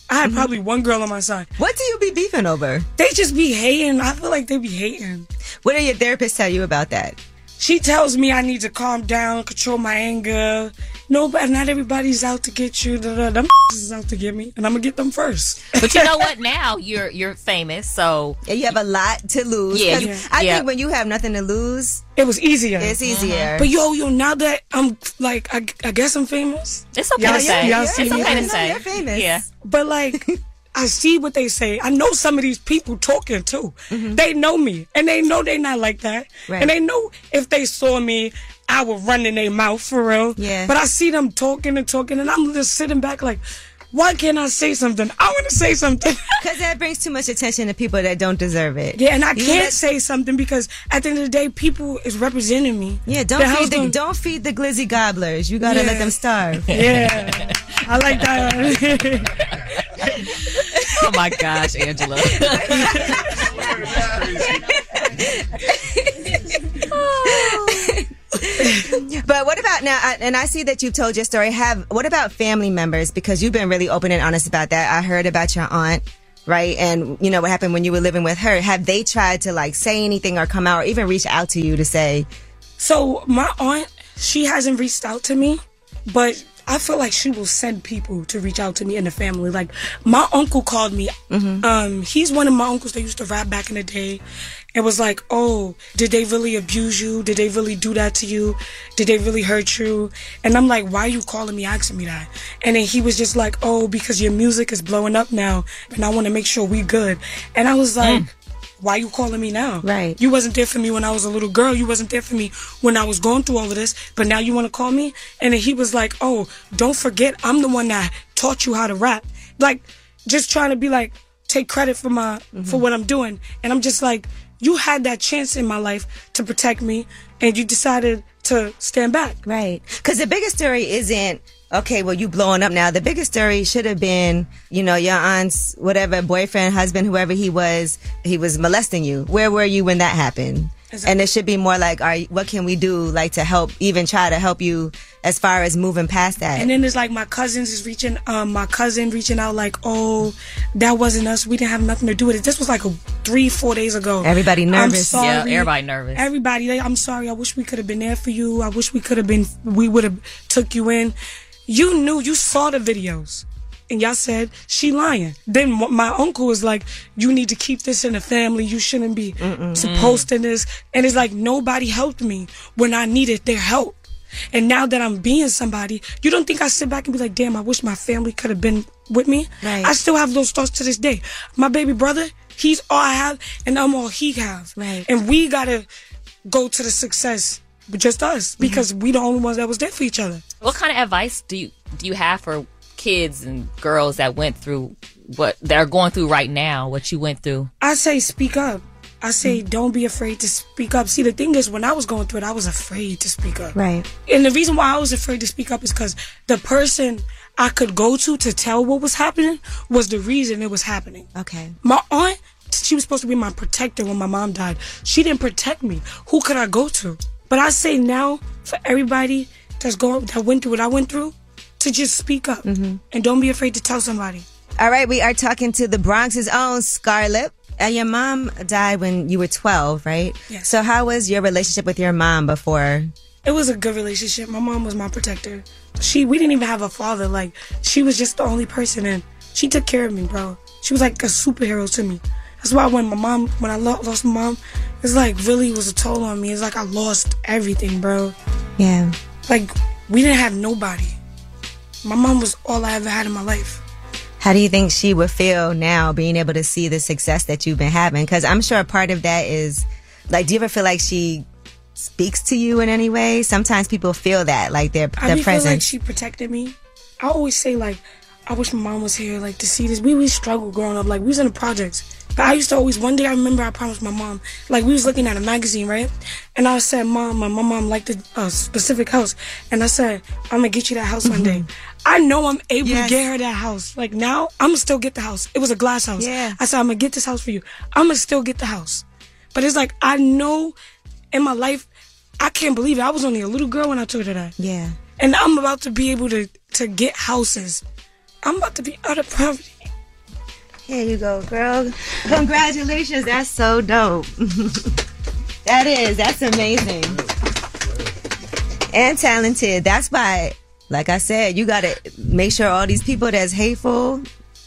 I had probably one girl on my side. Mm-hmm. What do you be beefing over? They just be hating. I feel like they be hating. What do your therapists tell you about that? She tells me I need to calm down, control my anger. No, but not everybody's out to get you. Da, da, them is out to get me, and I'm gonna get them first. but you know what? Now you're you're famous, so yeah, you have a lot to lose. Yeah, 'Cause you- I yeah. think when you have nothing to lose, it was easier. Uh-huh. It's easier. But yo, yo, now that I'm like, I, I guess I'm famous. It's okay Y'all to see- say. y'all It's see me? okay to say. You're famous. Yeah. But like, I see what they say. I know some of these people talking too. They know me, and they know they not like that. Mm-hmm. Right. And they know if they saw me, I would run in their mouth for real. Yeah. But I see them talking and talking, and I'm just sitting back like, why can't I say something? I want to say something. because that brings too much attention to people that don't deserve it. Yeah, and I You know can't that- say something because at the end of the day, people is representing me. Yeah, don't feed the, don't feed the glizzy gobblers. You gotta let Yeah. them starve. Yeah, I like that. Oh my gosh, Angela. but what about now? I- And I see that you've told your story. Have what about family members? Because you've been really open and honest about that. I heard about your aunt, right? And you know what happened when you were living with her. Have they tried to like say anything or come out or even reach out to you to say, so my aunt, she hasn't reached out to me, but I feel like she will send people to reach out to me in the family. Like my uncle called me. Um, he's one of my uncles that used to rap back in the day. It was like, oh, did they really abuse you? Did they really do that to you? Did they really hurt you? And I'm like, why are you calling me asking me that? And then he was just like, oh, because your music is blowing up now, and I want to make sure we good. And I was like. Why you calling me now? Right. You wasn't there for me when I was a little girl. You wasn't there for me when I was going through all of this. But now you want to call me? And then he was like, "Oh, don't forget, I'm the one that taught you how to rap." Like, just trying to be like, take credit for my for what I'm doing. And I'm just like, you had that chance in my life to protect me, and you decided to stand back. Right. Because the biggest story isn't, okay, well, you blowing up now. The biggest story should have been, you know, your aunt's whatever boyfriend, husband, whoever he was, he was molesting you. Where were you when that happened? And it should be more like, all right, what can we do, like, to help, even try to help you as far as moving past that? And then it's like my cousins is reaching, um, my cousin reaching out like, oh, that wasn't us. We didn't have nothing to do with it. This was like a, three, four days ago. Everybody nervous. I'm sorry. Yeah, everybody nervous. Everybody, like, I'm sorry. I wish we could have been there for you. I wish we could have been, we would have took you in. You knew, you saw the videos. And y'all said she lying. Then wh- my uncle was like, "You need to keep this in the family. You shouldn't be posting this." And it's like nobody helped me when I needed their help. And now that I'm being somebody, you don't think I sit back and be like, damn, I wish my family could have been with me? Right. I still have those thoughts to this day. My baby brother, he's all I have, and I'm all he have. Right. And we gotta go to the success with just us Mm-hmm. because we the only ones that was there for each other. What kind of advice do you do you have for kids and girls that went through what they're going through right now? What you went through? I say speak up. I say Mm. don't be afraid to speak up. See, the thing is, when I was going through it, I was afraid to speak up. Right. And the reason why I was afraid to speak up is because the person I could go to to tell what was happening was the reason it was happening. Okay. My aunt, she was supposed to be my protector when my mom died. She didn't protect me. Who could I go to? But I say now for everybody that's going that went through what I went through, to just speak up and don't be afraid to tell somebody. All right, we are talking to the Bronx's own Scarlett. Uh, your mom died when you were 12, right? Yes. So how was your relationship with your mom before it was a good relationship. My mom was my protector. She we didn't even have a father. Like she was just the only person, and she took care of me, bro. She was like a superhero to me. That's why when my mom, when I lo- lost my mom, it's like really was a toll on me. It's like I lost everything, bro. Yeah. Like we didn't have nobody. My mom was all I ever had in my life. How do you think she would feel now being able to see the success that you've been having? Because I'm sure a part of that is like, do you ever feel like she speaks to you in any way? Sometimes people feel that, like their, I their do feel like presence. she protected me. I always say like, I wish my mom was here, like to see this. We we struggled growing up, like we was in the projects. But I used to always one day I remember I promised my mom, like we was looking at a magazine, right? And I said, Mom, my, my mom liked a uh, specific house, and I said, I'm gonna get you that house one day. I know I'm able Yes. to get her that house. Like now, I'm gonna still get the house. It was a glass house. Yeah. I said, I'm gonna get this house for you. I'm gonna still get the house. But it's like I know in my life, I can't believe it. I was only a little girl when I told her that yeah. and I'm about to be able to to get houses. I'm about to be out of poverty. Here you go, girl. Congratulations. That's so dope. that is. That's amazing. And talented. That's why, like I said, you got to make sure all these people that's hateful,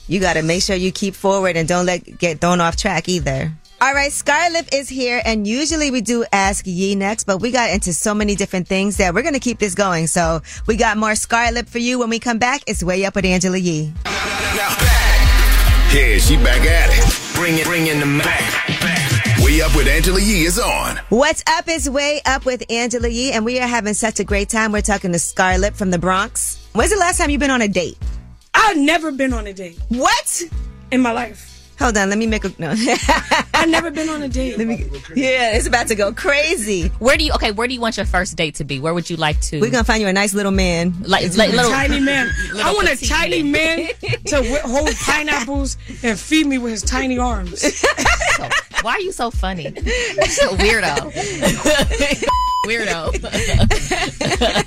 you got to make sure you keep forward and don't let get thrown off track either. All right, Scarlett is here, and usually we do ask Ye next, but we got into so many different things that we're going to keep this going. So we got more Scarlett for you when we come back. It's way up with Angela Yee. Yeah, she back at it. Bring it, bring in the back. Way up with Angela Yee is on. What's up is way up with Angela Yee, and we are having such a great time. We're talking to Scarlett from the Bronx. When's the last time you've been on a date? I've never been on a date. What? In my life. Hold on, let me make a no. I've never been on a date. Let me, yeah, it's about to go crazy. Where do you okay? Where do you want your first date to be? Where would you like to? We're gonna find you a nice little man, Like- like little- Tiny man. I want a petite tiny man to wi- hold pineapples and feed me with his tiny arms. Why are you so funny? You're so weirdo. weirdo.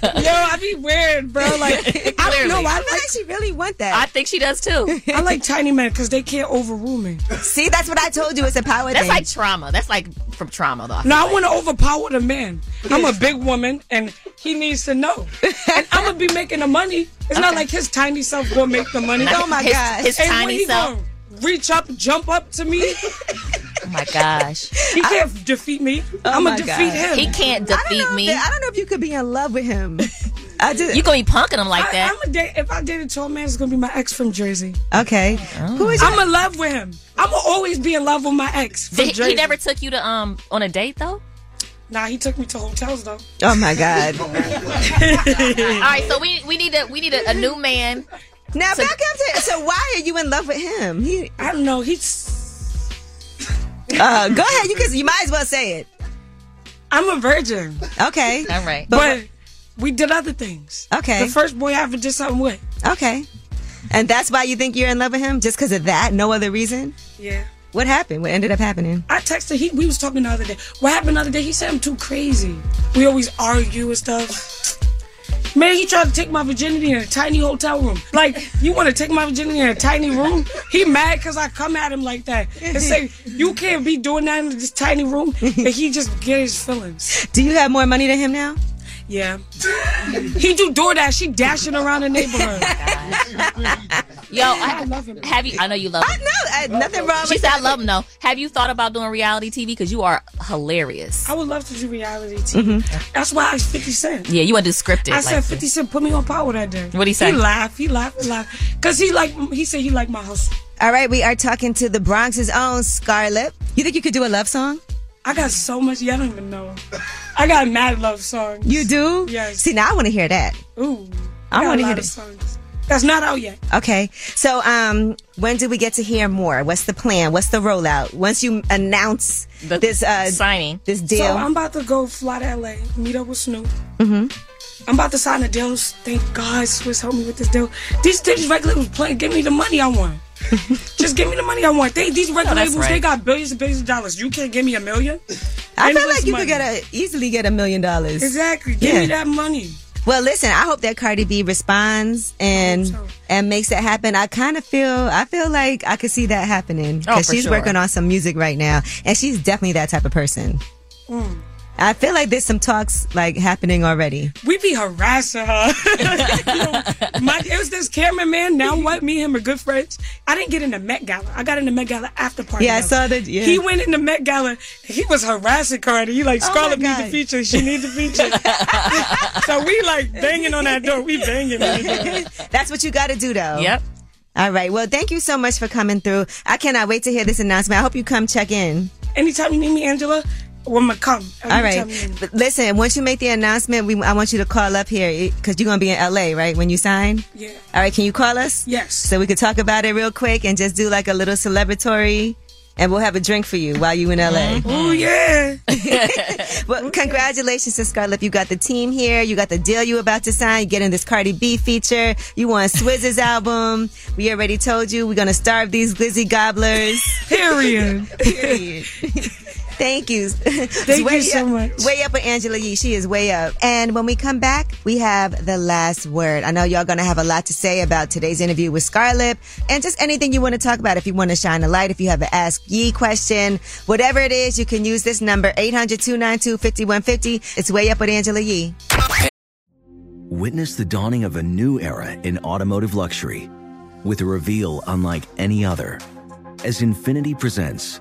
Yo, I be weird, bro. Like I don't know. I like. actually really want that. I think she does too. I like tiny men because they can't overrule me. See, that's what I told you. It's a power That's thing. like trauma. That's like from trauma though. No, I want to overpower the man. I'm a big woman, and he needs to know. And I'm gonna be making the money. It's not like his tiny self gonna make the money. Oh my His- gosh. his And when tiny he self. gonna Reach up, jump up to me. Oh my gosh. He can't defeat me. Oh I'm gonna defeat him. He can't I don't defeat know if me. that- I don't know if you could be in love with him. I just You gonna be punking him like I- that. I'm a date, if I date a tall man, it's gonna be my ex from Jersey. Okay. Who is I'm in love with him. I'm gonna always be in love with my ex. From Did- Jersey. he never took you to um on a date though. Nah, he took me to hotels though. Oh my God. All right, so we we need a we need a, a new man. Now back up to so why are you in love with him? He I don't know. He's uh, go ahead. You can. You might as well say it. I'm a virgin. Okay. All right. But, we did other things. Okay. The first boy I ever did something with. Okay. And that's why you think you're in love with him, just because of that, no other reason. Yeah. What happened? What ended up happening? I texted he we was talking the other day. What happened the other day? He said I'm too crazy. We always argue and stuff. Man, he tried to take my virginity in a tiny hotel room. Like, you want to take my virginity in a tiny room? He mad because I come at him like that and say, you can't be doing that in this tiny room. And he just get his feelings. Do you have more money than him now? Yeah. He do DoorDash. She dashing around the neighborhood. Yo, I, have you? I know you love. Him. I know. nothing wrong. She said I love him. though. have you thought about doing reality TV? Because you are hilarious. I would love to do reality TV. Mm-hmm. That's why I asked 50 Cent. Yeah, you want to do scripted. I said like- 50 Cent put me on power that day. What'd he say? He laughed. He laughed. He laughed. Because he like he said he liked my hustle. All right, we are talking to the Bronx's own Scarlett. You think you could do a love song? I got so much. Y'all don't even know. I got mad love songs. You do? Yes. See, now I want to hear that. Ooh. I got a want to lot hear of this. songs. Oh, That's not out yet. Okay. So, um, when do we get to hear more? What's the plan? What's the rollout? Once you announce this uh, signing, this deal. So I'm about to go fly to LA, meet up with Snoop. Mhm. I'm about to sign a deal. Thank God Swiss helped me with this deal. These, these record labels playing. Give me the money I want. Just give me the money I want. They, these record No, that's labels, right. they got billions and billions of dollars. You can't give me a million. I And feel what's like you money? could get a, easily get a million dollars. Exactly. Give me that money. Well, listen. I hope that Cardi B responds and Oh, and makes it happen. I kind of feel I feel like I could see that happening Oh, because for she's sure. working on some music right now, and she's definitely that type of person. Mm. I feel like there's some talks like happening already. We be harassing her. You know, my, it was this cameraman. Now what? Me and him are good friends. I didn't get in the Met Gala. I got in the Met Gala after party. Yeah, I though. saw that, yeah. He went in the Met Gala. He was harassing Cardi. He like Oh my Scarlett needs God. a feature. She needs a feature. so we like banging on that door. We banging on that door. That's what you got to do, though. Yep. All right. Well, thank you so much for coming through. I cannot wait to hear this announcement. I hope you come check in. Anytime you need me, Angela, woman, come. All right. Anytime you need me. But listen, once you make the announcement, we I want you to call up here because you're going to be in LA, right? When you sign? Yeah. All right. Can you call us? Yes. So we could talk about it real quick and just do like a little celebratory. And we'll have a drink for you while you in LA. Oh yeah! Mm-hmm. well, congratulations to Scarlett. You got the team here. You got the deal you about to sign. You're getting this Cardi B feature. You want Swizz's album. We already told you we're gonna starve these glizzy gobblers. Period. Period. Thank you. Thank you so much. Way up with Angela Yee. She is way up. And when we come back, we have the last word. I know y'all going to have a lot to say about today's interview with Scarlett and just anything you want to talk about. If you want to shine a light, if you have an Ask Yee question, whatever it is, you can use this number, 800-292-5150. It's way up with Angela Yee. Witness the dawning of a new era in automotive luxury with a reveal unlike any other as Infinity presents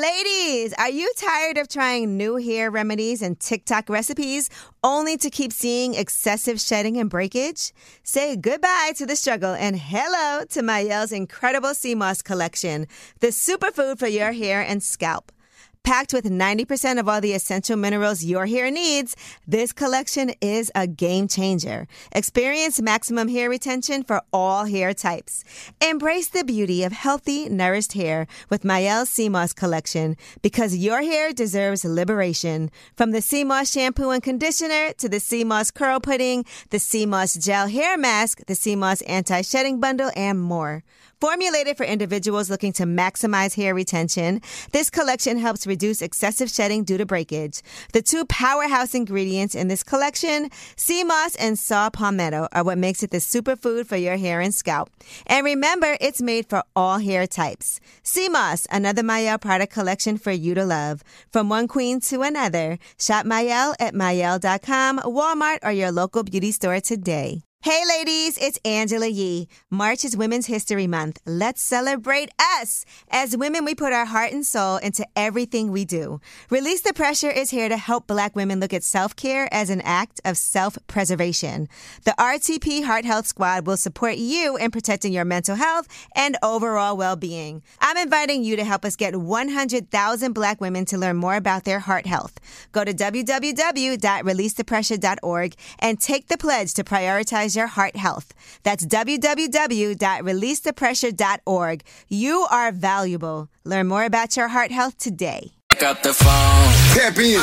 Ladies, are you tired of trying new hair remedies and TikTok recipes only to keep seeing excessive shedding and breakage? Say goodbye to the struggle and hello to Mayelle's incredible sea moss collection, the superfood for your hair and scalp. Packed with 90% of all the essential minerals your hair needs, this collection is a game changer. Experience maximum hair retention for all hair types. Embrace the beauty of healthy, nourished hair with Mayel CMOS collection because your hair deserves liberation. From the CMOS shampoo and conditioner to the CMOS curl pudding, the CMOS gel hair mask, the CMOS anti-shedding bundle, and more. Formulated for individuals looking to maximize hair retention, this collection helps reduce excessive shedding due to breakage. The two powerhouse ingredients in this collection, sea moss and saw palmetto, are what makes it the superfood for your hair and scalp. And remember, it's made for all hair types. Sea moss, another Mayel product collection for you to love. From one queen to another, shop Mayel at Mayel.com, Walmart, or your local beauty store today. Hey, ladies, it's Angela Yee. March is Women's History Month. Let's celebrate us. As women, we put our heart and soul into everything we do. Release the Pressure is here to help Black women look at self care as an act of self preservation. The RTP Heart Health Squad will support you in protecting your mental health and overall well being. I'm inviting you to help us get 100,000 Black women to learn more about their heart health. Go to www.releasethepressure.org and take the pledge to prioritize your heart health. That's www.releasethepressure.org. You are valuable. Learn more about your heart health today. Pick up the phone. Tap in.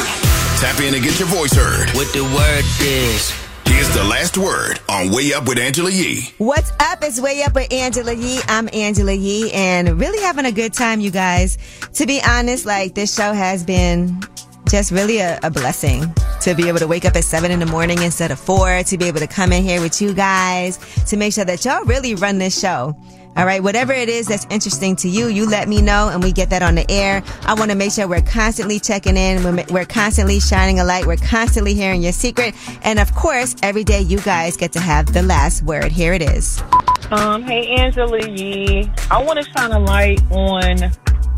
Tap in and get your voice heard. What the word is. Here's the last word on Way Up with Angela Yee. What's up? It's Way Up with Angela Yee. I'm Angela Yee and really having a good time, you guys. To be honest, like this show has been just really a, a blessing to be able to wake up at seven in the morning instead of four, to be able to come in here with you guys, to make sure that y'all really run this show. All right, whatever it is that's interesting to you, you let me know and we get that on the air. I want to make sure we're constantly checking in, we're, we're constantly shining a light, we're constantly hearing your secret. And of course, every day you guys get to have the last word. Here it is. Um, hey, Angela Yee. I want to shine a light on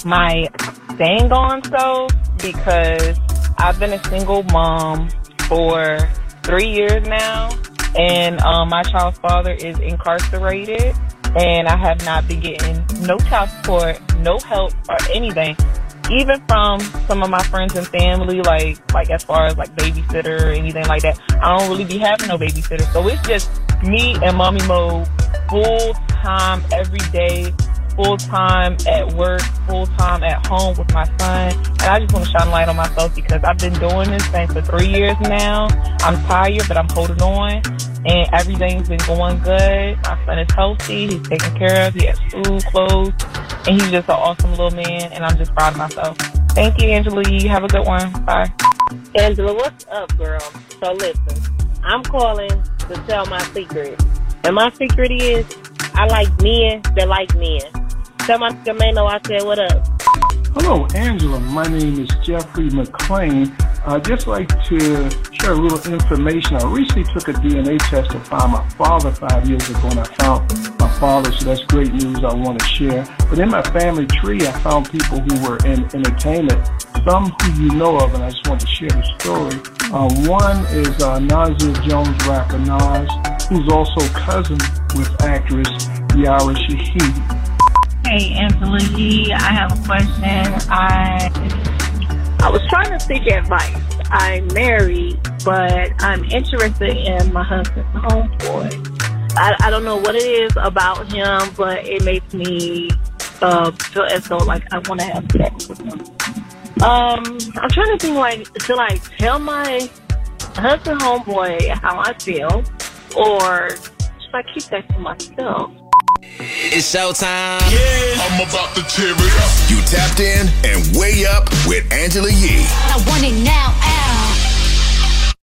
my dang on self because I've been a single mom for three years now, and um, my child's father is incarcerated. and I have not been getting no child support, no help, or anything. Even from some of my friends and family, like like as far as like babysitter or anything like that, I don't really be having no babysitter. So it's just me and mommy mode full time every day, full time at work, full time at home with my son. And I just want to shine a light on myself because I've been doing this thing for three years now. I'm tired, but I'm holding on. And everything's been going good. My son is healthy. He's taken care of. He has food, clothes, and he's just an awesome little man. And I'm just proud of myself. Thank you, Angela. Yee. Have a good one. Bye. Angela, what's up, girl? So listen, I'm calling to tell my secret. And my secret is I like men that like men. Tell my Skamano I said what up. Hello, Angela. My name is Jeffrey McClain. I'd just like to share a little information. I recently took a DNA test to find my father five years ago, and I found my father, so that's great news I want to share. But in my family tree, I found people who were in entertainment, some who you know of, and I just want to share the story. Uh, one is uh, Nazia Jones rapper Nas, who's also cousin with actress Yara Shahidi. Hey, Angela Yee, I have a question. I I was trying to seek advice. I'm married, but I'm interested in my husband's homeboy. I, I don't know what it is about him, but it makes me uh, feel as though like I want to have sex with him. Um, I'm trying to think like should I tell my husband homeboy how I feel, or should I keep that to myself? It's showtime. Yeah. I'm about to tear it up. You tapped in and way up with Angela Yee. I want it now, Al.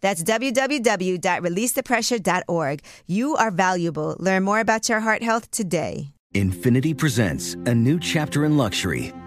That's www.releasethepressure.org. You are valuable. Learn more about your heart health today. Infinity presents a new chapter in luxury,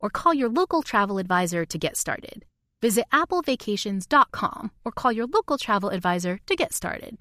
or call your local travel advisor to get started. Visit applevacations.com or call your local travel advisor to get started.